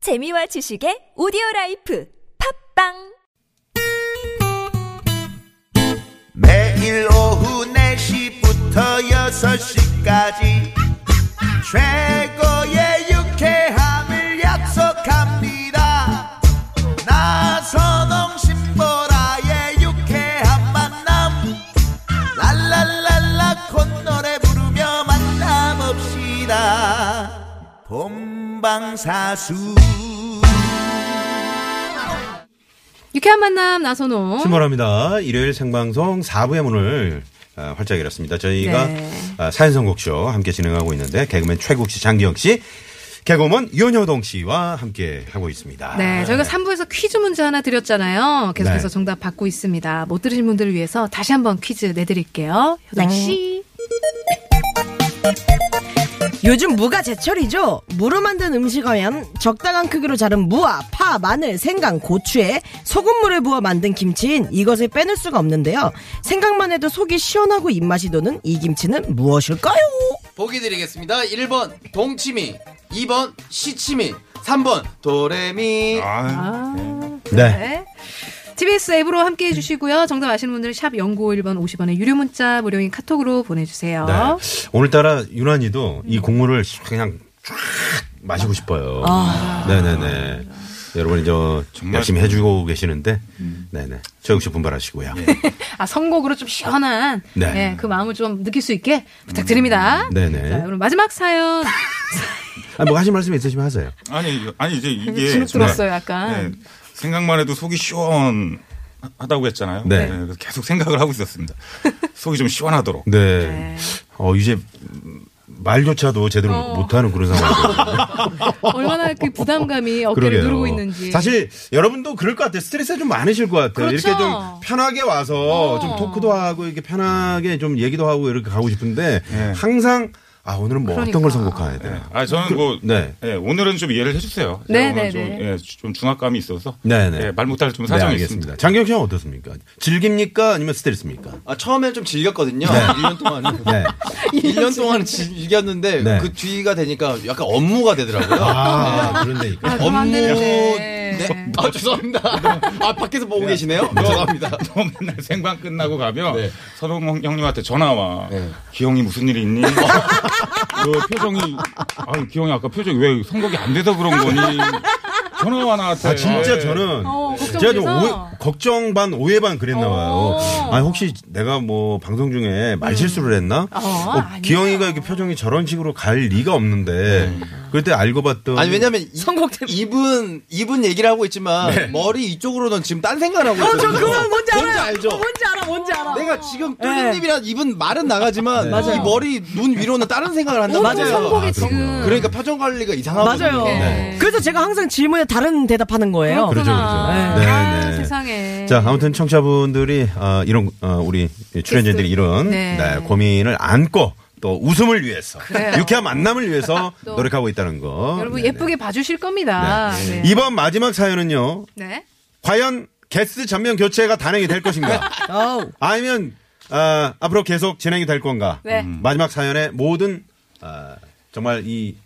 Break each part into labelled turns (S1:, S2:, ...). S1: 재미와 지식의 오디오 라이프 팝빵
S2: 매일 오후 4시부터 6시까지 최고의 유쾌함을 약속합니다 나선홍 신보라의 유쾌한 만남 랄랄랄라 콧노래 부르며 만남없시다 본방사수
S3: 유쾌한 만남 나선호.
S4: 신보라입니다. 일요일 생방송 4부의 문을 어, 활짝 열었습니다. 저희가
S3: 네.
S4: 어, 사연선곡쇼 함께 진행하고 있는데 개그맨 최국 씨, 장기영 씨, 개그맨 윤여동 씨와 함께 하고 있습니다.
S3: 네, 저희가 3부에서 퀴즈 문제 하나 드렸잖아요. 계속해서
S4: 아, 네.
S3: 정답 받고 있습니다. 못 들으신 분들을 위해서 다시 한번 퀴즈 내드릴게요. 효동 씨.
S5: 요즘 무가 제철이죠. 무로 만든 음식하면 적당한 크기로 자른 무와 파, 마늘, 생강, 고추에 소금물을 부어 만든 김치인 이것을 빼놓을 수가 없는데요. 생각만 해도 속이 시원하고 입맛이 도는 이 김치는 무엇일까요?
S6: 보기 드리겠습니다. 1번 동치미, 2번 시치미, 3번 도레미.
S4: 네.
S3: TBS 앱으로 함께 해주시고요. 정답 아시는 분들은 샵 0951번 50원의 유료 문자 무료인 카톡으로 보내주세요.
S4: 네. 오늘따라 유난히도 이 국물을 그냥 쫙 마시고 싶어요.
S3: 아.
S4: 네네네. 여러분이 저 열심히 해주고 계시는데, 네네. 최국 씨 분발하시고요.
S3: 아, 선곡으로 좀 시원한
S4: 네. 음,
S3: 예, 그 마음을 좀 느낄 수 있게 부탁드립니다.
S4: 네네.
S3: 자, 그럼 마지막 사연.
S4: 아, 뭐 하실 말씀 있으시면 하세요.
S7: 아니 이거- 아니 이제
S4: 예,
S7: 이게
S3: 주눅 들었어요,
S7: 정말,
S3: 약간.
S7: 네, 생각만 해도 속이 시원하다고 했잖아요.
S4: 네.
S7: 그래서 계속 생각을 하고 있었습니다. 속이 좀 시원하도록.
S4: 네. 어, 이제 말조차도 제대로
S3: 어.
S4: 못하는 그런 상황이거든요.
S3: 얼마나 그 부담감이 어깨를
S4: 그러게요.
S3: 누르고 있는지.
S4: 사실 여러분도 그럴 것 같아요. 스트레스 좀 많으실 것 같아요.
S3: 그렇죠.
S4: 이렇게 좀 편하게 와서
S3: 어.
S4: 좀 토크도 하고 이렇게 편하게 좀 얘기도 하고 이렇게 가고 싶은데
S7: 네.
S4: 항상 아 오늘은 뭐 어떤
S3: 그러니까.
S4: 걸 선곡해야 되나.
S7: 아 저는 뭐
S4: 네.
S7: 예, 오늘은 좀 이해를 해주세요. 제가
S3: 네,
S7: 오늘
S3: 네,
S7: 좀,
S3: 네.
S7: 예, 좀 중압감이 있어서
S4: 네, 네.
S7: 예, 말 못할 좀
S4: 네,
S7: 사정이
S4: 알겠습니다.
S7: 있습니다.
S4: 장경 씨는 어떻습니까? 즐깁니까? 아니면 스트레스입니까?
S6: 아, 처음엔 좀 즐겼거든요. 1년 동안은.
S4: 네.
S6: 1년 동안 즐겼는데
S4: 네.
S6: 그 뒤가 되니까 약간 업무가 되더라고요.
S4: 아, 그런 데니까.
S3: 그럼 안 되는데.
S6: 네. 아, 죄송합니다. 아, 밖에서 보고 계시네요? 죄송합니다.
S7: 너 맨날 생방 끝나고 가면
S6: 네.
S7: 서동 형님한테 전화 와.
S6: 네.
S7: 기영이 무슨 일이 있니? 너 표정이 아 기영이 아까 표정이 왜 선곡이 안 돼서 그런 거니? 전화 와 나한테. 예.
S4: 아, 진짜 저는
S3: 네. 어,
S4: 제가 좀
S3: 걱정돼서.
S4: 오해, 걱정 반 오해 반 그랬나 봐요.
S3: 어.
S4: 아니 혹시 내가 뭐 방송 중에 말 실수를 했나?
S3: 어, 아니에요.
S4: 기영이가 이렇게 표정이 저런 식으로 갈 리가 없는데
S3: 네.
S4: 그때 알고 봤더니
S6: 아니, 왜냐면 이-
S5: 선곡 때문에.
S6: 입은, 입은 얘기를 하고 있지만
S4: 네.
S6: 머리 이쪽으로는 지금 딴 생각을 하고 있어요.
S5: 저 그거 뭔지 알아요. 네.
S6: 알죠?
S5: 뭔지 알아, 뭔지 알아.
S6: 내가 지금 뚫린입이랑 입은 말은 나가지만 이 머리 눈 위로는 다른 생각을 한단
S3: 모든
S6: 말이에요.
S3: 선곡이
S4: 네. 아,
S3: 지금.
S4: 그렇구나.
S6: 그러니까 표정 관리가 이상하거든요.
S5: 맞아요.
S3: 네.
S5: 그래서 제가 항상 질문에 다른 대답하는 거예요.
S4: 그렇죠, 그렇죠.
S3: 그렇구나.
S4: 네,
S3: 아,
S4: 네.
S3: 세상에.
S4: 자 아무튼 청취자분들이 아, 이런 어, 우리 출연진들이 이런
S3: 네.
S4: 네, 고민을 안고 또 웃음을 위해서
S3: 그래요.
S4: 유쾌한 만남을 위해서
S3: 또
S4: 노력하고 있다는 거.
S3: 여러분
S4: 어, 네네.
S3: 예쁘게 봐주실 겁니다. 네. 네.
S4: 이번 마지막 사연은요. 과연 게스트 전면 교체가 단행이 될 것인가?
S5: 어우.
S4: 아니면 아, 앞으로 계속 진행이 될 건가?
S3: 네.
S4: 음. 마지막 사연의 모든 아, 정말 이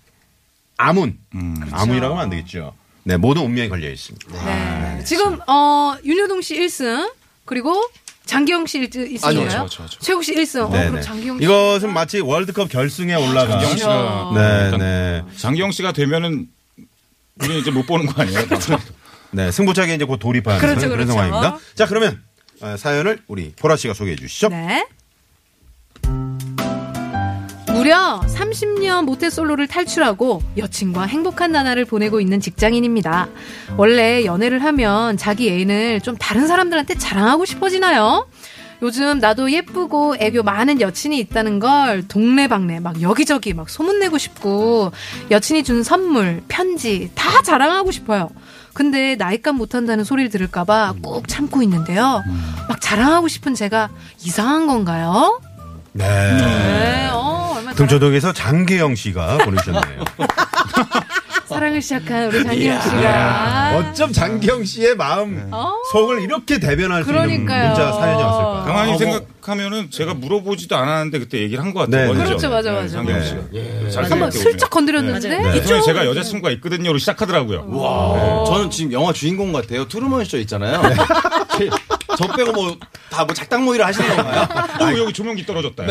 S4: 암운
S3: 음.
S4: 암운이라고 하면 안 되겠죠. 네, 모든 운명이 걸려 있습니다.
S3: 네. 지금 어 윤효동 씨 1승 그리고 장기영 씨 1승인가요?
S6: 아니요,
S3: 최국 씨 1승. 어,
S4: 네,
S3: 그럼 장기영 씨. 아,
S4: 이것은 마치 월드컵 결승에 올라간
S7: 장기영 씨가
S4: 네,
S7: 일단
S4: 네.
S7: 장기영 씨가 되면은 우리 이제 못 보는 거 아니에요?
S4: 네, 승부차기 이제 곧 돌입하는
S3: 그렇죠,
S4: 그런
S3: 그렇죠.
S4: 상황입니다. 자, 그러면 아, 사연을 우리 보라 씨가 소개해 주시죠.
S3: 네. 무려 30년 모태솔로를 탈출하고 여친과 행복한 나날을 보내고 있는 직장인입니다. 원래 연애를 하면 자기 애인을 좀 다른 사람들한테 자랑하고 싶어지나요? 요즘 나도 예쁘고 애교 많은 여친이 있다는 걸 동네방네 막 여기저기 막 소문내고 싶고 여친이 준 선물, 편지 다 자랑하고 싶어요. 근데 나이값 못한다는 소리를 들을까봐 꾹 참고 있는데요. 막 자랑하고 싶은 제가 이상한 건가요?
S4: 네.
S3: 네, 어, 얼마
S4: 등초동에서 장계영 씨가 보내주셨네요.
S3: 사랑을 시작한 우리 장기영 씨가.
S4: 어쩜 장기영 씨의
S6: 네.
S4: 마음 속을 이렇게 대변할 수 있는
S3: 어. 그러니까요.
S4: 문자 사연이 왔을까?
S7: 가만히
S4: 아, 뭐,
S7: 생각하면은 제가 물어보지도 않았는데 그때 얘기를 한 것 같아요.
S4: 네, 네.
S7: 먼저.
S3: 그렇죠, 맞아, 맞아.
S7: 장기영 씨가. 잘
S3: 한번
S7: 생각해보면.
S3: 슬쩍 건드렸는데.
S5: 맞아요.
S7: 네. 이쪽에 제가 여자친구가 있거든요로 시작하더라고요.
S4: 아.
S3: 네.
S6: 와, 저는 지금 영화 주인공 같아요. 투르먼 쇼 있잖아요.
S4: 네.
S6: 제- 저 빼고 뭐 다 뭐 작당 모의를 하시는 건가요?
S7: 어, 여기 조명기 떨어졌다.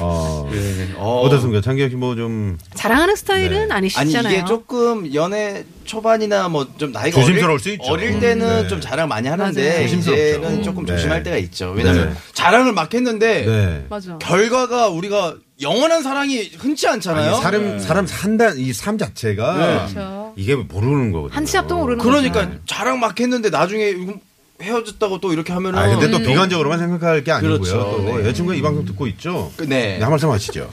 S4: 어,
S6: 어.
S4: 어떻습니까? 장기영 씨 뭐 좀
S3: 자랑하는 스타일은
S4: 네.
S6: 아니
S3: 아니시잖아요.
S6: 이게 조금 연애 초반이나 뭐 좀 나이가
S4: 조심스러울
S6: 어릴,
S4: 수 있죠.
S6: 어릴 때는
S4: 음, 네.
S6: 좀 자랑 많이 하는데
S3: 맞아요.
S4: 조심스럽죠.
S6: 이제는 조금
S4: 네.
S6: 조심할 때가 있죠. 왜냐면
S4: 네.
S6: 자랑을 막 했는데
S4: 네.
S3: 맞아.
S6: 결과가 우리가 영원한 사랑이 흔치 않잖아요. 네.
S4: 아니, 사람 사람 산다 이 삶 자체가
S3: 그렇죠.
S4: 이게 모르는 거거든요.
S3: 한 치 앞도 모르는
S6: 그러니까
S4: 음.
S6: 자랑 막 했는데 나중에 이거 헤어졌다고 또 이렇게 하면은
S4: 아 근데 또
S3: 음.
S4: 비관적으로만 생각할 게 아니고요.
S6: 그렇죠.
S4: 또
S6: 네.
S4: 여자친구가 이 방송 듣고 있죠.
S6: 그- 네.
S4: 한 말씀 하시죠.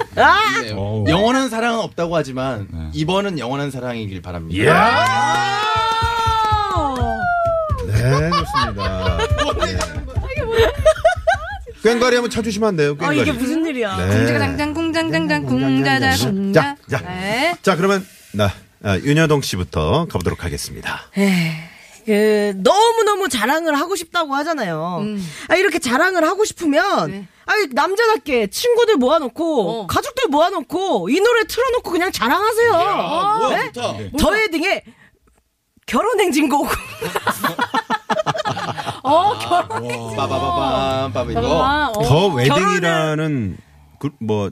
S6: 네.
S7: 어우.
S6: 영원한 사랑은 없다고 하지만 이번은 영원한 사랑이길 바랍니다.
S7: 아!
S5: 어.
S4: 네 좋습니다.
S3: 아,
S4: 꽹과리 한번 쳐주시면 안 돼요.
S3: 어,
S5: 아
S4: 꽹과리. 네.
S5: 이게 무슨 일이야?
S3: 뭐, 궁자장장 궁장장장 궁자자 궁자.
S4: 자, 자.
S3: 네.
S4: 자 그러면 나 아, 윤여동 씨부터 가보도록 하겠습니다.
S5: 그 너무 너무 자랑을 하고 싶다고 하잖아요. 아 이렇게 자랑을 하고 싶으면
S3: 음. 네.
S5: 아 남자답게 친구들 모아놓고
S3: 어.
S5: 가족들 모아놓고 이 노래 틀어놓고 그냥 자랑하세요.
S6: 아, 뭐야
S5: 네?
S6: 좋다.
S5: 저의 등에 결혼 행진곡.
S3: 어, 결혼.
S6: 빠바바밤 빠바 이거.
S3: 어,
S4: 더 웨딩이라는 그, 뭐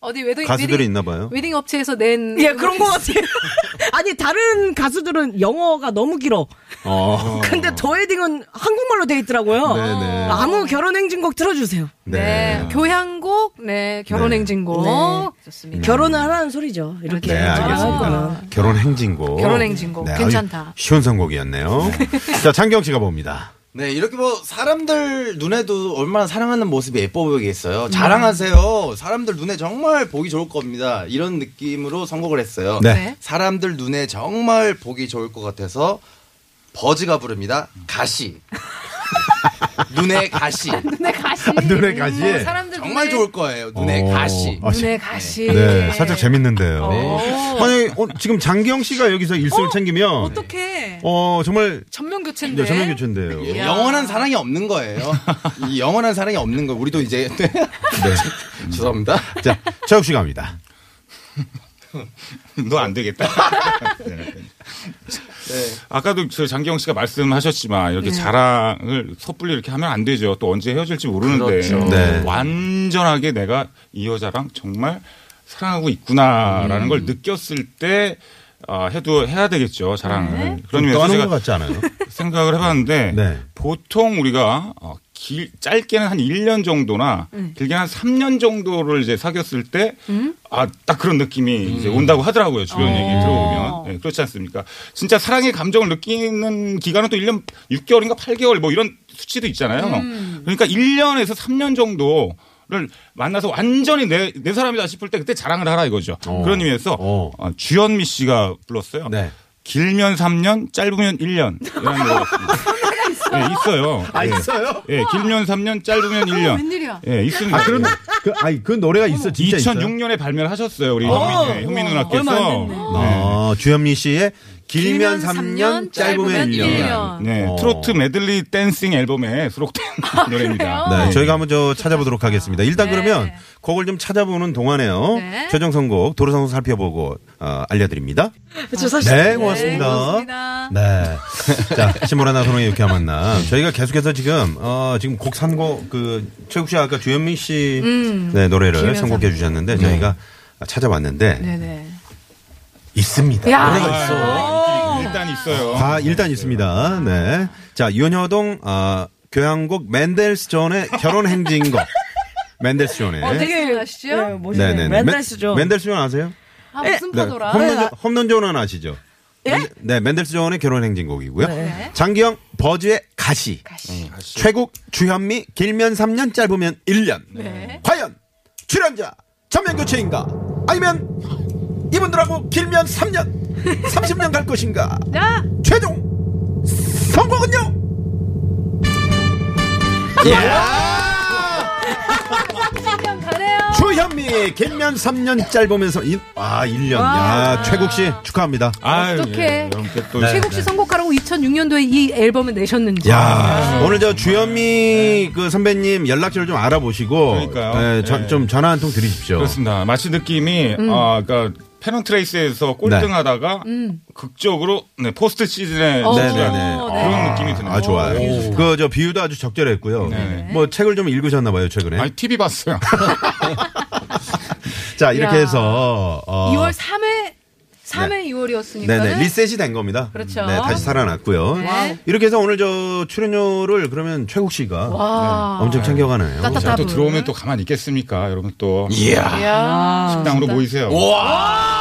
S3: 어디 웨딩
S4: 가수들이
S3: 웨딩-
S4: 있나 봐요.
S3: 웨딩 업체에서 낸
S5: 예 그런 것 같아요. 아니 다른 가수들은 영어가 너무 길어.
S4: 어.
S5: 근데 저의 등은 한국말로 돼 있더라고요.
S4: 네네.
S5: 아무 결혼 행진곡 틀어주세요.
S3: 네.
S4: 네.
S3: 교향곡, 네, 결혼행진곡.
S5: 네.
S3: 좋습니다.
S5: 결혼을 하라는 소리죠. 이렇게
S4: 네, 알겠습니다. 결혼 행진곡.
S3: 아,
S4: 네,
S3: 결혼 행진곡.
S4: 아유,
S3: 괜찮다.
S4: 쉬운 선곡이었네요. 자, 장경 씨가 봅니다.
S6: 네 이렇게 뭐 사람들 눈에도 얼마나 사랑하는 모습이 예뻐 보이겠어요. 자랑하세요. 사람들 눈에 정말 보기 좋을 겁니다. 이런 느낌으로 선곡을 했어요.
S4: 네.
S3: 네.
S6: 사람들 눈에 정말 보기 좋을 것 같아서 버즈가 부릅니다. 가시. 눈에 가시.
S5: 네,
S3: 눈에 가시.
S4: 눈에 아, 가시.
S3: 어, 사람들
S6: 정말
S3: 눈에-
S6: 좋을 거예요. 눈에
S4: 어,
S6: 네, 가시.
S4: 아, 지-
S3: 눈에 가시.
S4: 네, 살짝 재밌는데요.
S3: 오.
S4: 아니, 어, 지금 장경 씨가 여기서 일승을 챙기면,
S3: 어, 어떻게?
S4: 어, 정말
S3: 전면 교체인데.
S4: 네, 전면 교체인데요.
S6: 예, 영원한 사랑이 없는 거예요. 이 영원한 사랑이 없는 거. 우리도 이제 네. 죄송합니다.
S4: 자, 차욱 씨 갑니다.
S7: 너 안 되겠다. 네,
S4: 네.
S7: 아까도 저 장기영 씨가 말씀하셨지만
S6: 네.
S7: 이렇게 자랑을 섣불리 이렇게 하면 안 되죠. 또 언제 헤어질지 모르는데 음,
S6: 그렇죠.
S4: 네.
S7: 완전하게 내가 이 여자랑 정말 사랑하고 있구나라는
S6: 음.
S7: 걸 느꼈을 때 아, 해도 해야 되겠죠 자랑을.
S6: 네.
S7: 그런
S4: 좀
S7: 의미에서
S4: 떠는 것
S7: 제가
S4: 같지 않아요?
S7: 생각을 해봤는데
S4: 네.
S7: 보통 우리가 어, 길, 짧게는 한 1년 정도나 길게 한 3년 정도를 이제 사귀었을 때 아, 딱 그런 느낌이
S4: 음.
S7: 이제 온다고 하더라고요. 주변 얘기 들어보면. 네, 그렇지 않습니까? 진짜 사랑의 감정을 느끼는 기간은 또 1년 6개월인가 8개월 뭐 이런 수치도 있잖아요. 그러니까 1년에서 3년 정도 를 만나서 완전히 내, 내 사람이다 싶을 때 그때 자랑을 하라 이거죠.
S4: 어.
S7: 그런 의미에서
S4: 어.
S7: 어, 주현미 씨가 불렀어요.
S4: 네.
S7: 길면 3년, 짧으면 1년. 이라는 노래가 있습니다. 예, 있어요.
S4: 아,
S7: 예.
S4: 있어요?
S7: 예, 길면 3년, 짧으면 1년.
S3: 웬일이야.
S7: 예, 있습니다.
S4: 아, 그런, 그, 아니, 그 노래가 있어, 진짜. 있어요?
S7: 2006년에 발매를 하셨어요. 우리 형민, 예, 형민 누나께서.
S4: 아, 주현미 씨의 길면 3년, 짧으면 1년.
S7: 네,
S4: 어.
S7: 트로트 메들리 댄싱 앨범에 수록된 노래입니다.
S4: 네, 저희가 한번 저 찾아보도록 하겠습니다. 일단
S3: 네.
S4: 그러면 곡을 좀 찾아보는 동안에요.
S3: 네.
S4: 최종 선곡, 도로 선곡 살펴보고 어, 알려드립니다.
S5: 저 사실
S4: 네, 고맙습니다.
S3: 네, 고맙습니다.
S4: 네. 자, 신보라나 소롱의 유쾌한 만남. 저희가 계속해서 지금, 어, 지금 곡 선곡, 그, 최국 씨 아까 주현민 씨 네, 노래를
S3: 김현상.
S4: 선곡해 주셨는데 저희가 찾아봤는데
S3: 네네.
S4: 있습니다.
S3: 야.
S4: 노래가 있어.
S7: 아, 일단 있어요.
S4: 아, 일단 있습니다. 네. 자, 윤여동, 아, 교향곡 맨델스존의 결혼 행진곡. 맨델스존의.
S3: 어, 되게 아시죠?
S5: 예, 멋있네요.
S4: 네네네.
S5: 맨델스죠.
S4: 맨델스존 아세요?
S3: 아, 무슨
S4: 네.
S3: 파도라.
S4: 홈런, 홈런 존은 아시죠? 예? 네, 맨델스존의 결혼 행진곡이고요. 장기영 버즈의 가시.
S3: 가시.
S4: 최국 주현미 길면 3년 짧으면 1년.
S3: 네.
S4: 과연 출연자 전면 교체인가? 아니면 이분들하고 길면 3년, 30년 갈 것인가?
S3: 야!
S4: 네, 최종 성공은요?
S7: 예.
S4: 예.
S3: 그냥 가는 잘해요.
S4: 조현미 갱년 3년 짧으면서 인, 아 1년 야 최국 씨 축하합니다.
S7: 아유,
S3: 어떡해.
S7: 예, 여러분께 또
S4: 네.
S3: 최국 씨 선곡하라고 2006년도에 이 앨범을 내셨는지.
S4: 야
S7: 아.
S4: 오늘 저 주현미 그 선배님 연락처를 좀 알아보시고
S7: 네. 그러니까요.
S4: 예, 전-
S7: 예.
S4: 좀 전화 한 통 드리십시오.
S7: 그렇습니다. 마치 느낌이
S4: 음.
S7: 아, 그러니까 패런 트레이스에서 꼴등하다가 극적으로 네, 포스트 시즌에
S3: 어,
S4: 네, 음. 네,
S7: 진출한
S4: 네.
S7: 그런 느낌이 드네요. 어, 네.
S4: 아 좋아요. 그 저 비유도 아주 적절했고요. 뭐 책을 좀 읽으셨나 봐요 최근에.
S8: 아니 TV 봤어요.
S4: 자 이렇게
S3: 야.
S4: 해서 어,
S3: 2월 3회, 3회
S4: 네.
S3: 2월이었으니까.
S4: 네네 리셋이 된 겁니다.
S3: 그렇죠. 네.
S4: 네 다시 살아났고요.
S3: 와우.
S4: 이렇게 해서 오늘 저 출연료를 그러면 최국 씨가
S3: 와.
S4: 네, 엄청 챙겨가네요.
S8: 자, 또
S3: 따뜻하고.
S8: 들어오면 또 가만히 있겠습니까? 여러분 또
S4: 네.
S6: 이야.
S3: 야.
S7: 아.
S8: 식당으로 모이세요.
S3: 아.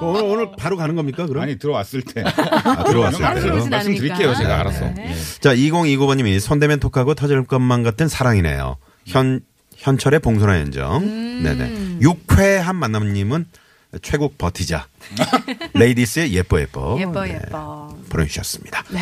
S4: 어, 오늘 오늘 바로 가는 겁니까 그럼?
S8: 아니 들어왔을 때
S4: 아, 들어왔을
S3: 바로
S4: 때요.
S3: 들어오진
S8: 말씀드릴게요
S3: 않으니까.
S8: 제가 알아서.
S3: 네.
S4: 자 2029번님이 손대면 톡하고 터질 것만 같은 사랑이네요. 현 현철의 봉선화 연정.
S3: 음.
S4: 네네. 육회한 만남님은 최국 버티자. 레이디스의 예뻐 예뻐.
S3: 예뻐,
S4: 네,
S3: 예뻐.
S4: 보내주셨습니다.
S3: 네.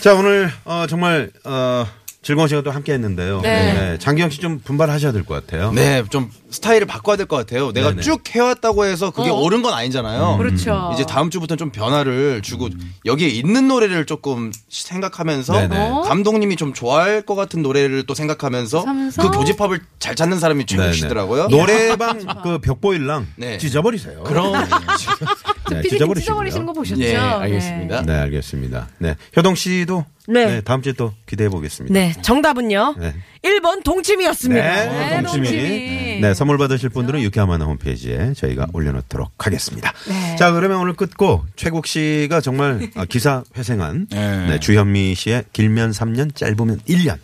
S4: 자 오늘 어, 정말 어, 즐거운 시간 또 함께했는데요.
S3: 네.
S4: 장기영 씨 좀 분발하셔야 될 것 같아요.
S6: 네, 좀 스타일을 바꿔야 될 것 같아요. 내가
S4: 네네.
S6: 쭉 해왔다고 해서 그게
S3: 어.
S6: 옳은 건 아니잖아요.
S3: 그렇죠.
S6: 이제 다음 주부터는 좀 변화를 주고 여기에 있는 노래를 조금 생각하면서
S4: 네네.
S3: 어?
S6: 감독님이 좀 좋아할 것 같은 노래를 또 생각하면서
S3: 하면서?
S6: 그 교집합을 잘 찾는 사람이
S4: 네네.
S6: 최고시더라고요.
S4: 노래방 그 벽보일랑
S6: 네.
S4: 찢어버리세요.
S6: 그럼
S4: 네,
S3: 피디님
S4: 찢어버리시고요.
S3: 찢어버리시는 거 보셨죠?
S6: 예, 알겠습니다.
S4: 네, 알겠습니다. 네, 효동 씨도
S5: 네.
S4: 다음 주에 또 기대해 보겠습니다.
S5: 네, 정답은요.
S4: 네.
S5: 1번 동치미였습니다.
S4: 네,
S3: 네,
S4: 동치미.
S3: 동치미.
S4: 네, 선물 받으실 분들은 유쾌한 만화 홈페이지에 저희가 올려놓도록 하겠습니다.
S3: 네.
S4: 자, 그러면 오늘 끝고 최국 씨가 정말 아, 기사 회생한
S7: 네.
S4: 네, 주현미 씨의 길면 3년, 짧으면 1년.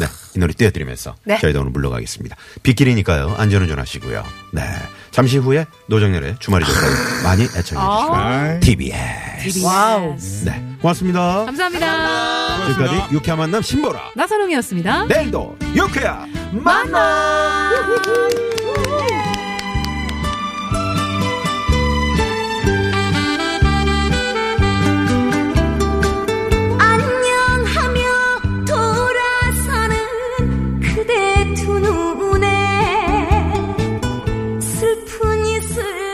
S4: 네, 이 노래 띄워드리면서
S3: 네.
S4: 저희도 오늘 물러가겠습니다. 빗길이니까요. 안전운전 하시고요. 네. 잠시 후에 노정열의 주말이 좋다고 많이 애청해 주시고요. TBS.
S5: 와우.
S4: 네. 고맙습니다.
S3: 감사합니다.
S4: 지금까지 유쾌한 만남 신보라.
S3: 나선홍이었습니다.
S4: 내일도 유쾌한
S9: 안녕하며 돌아서는 그대 두 눈에 슬픈 이슬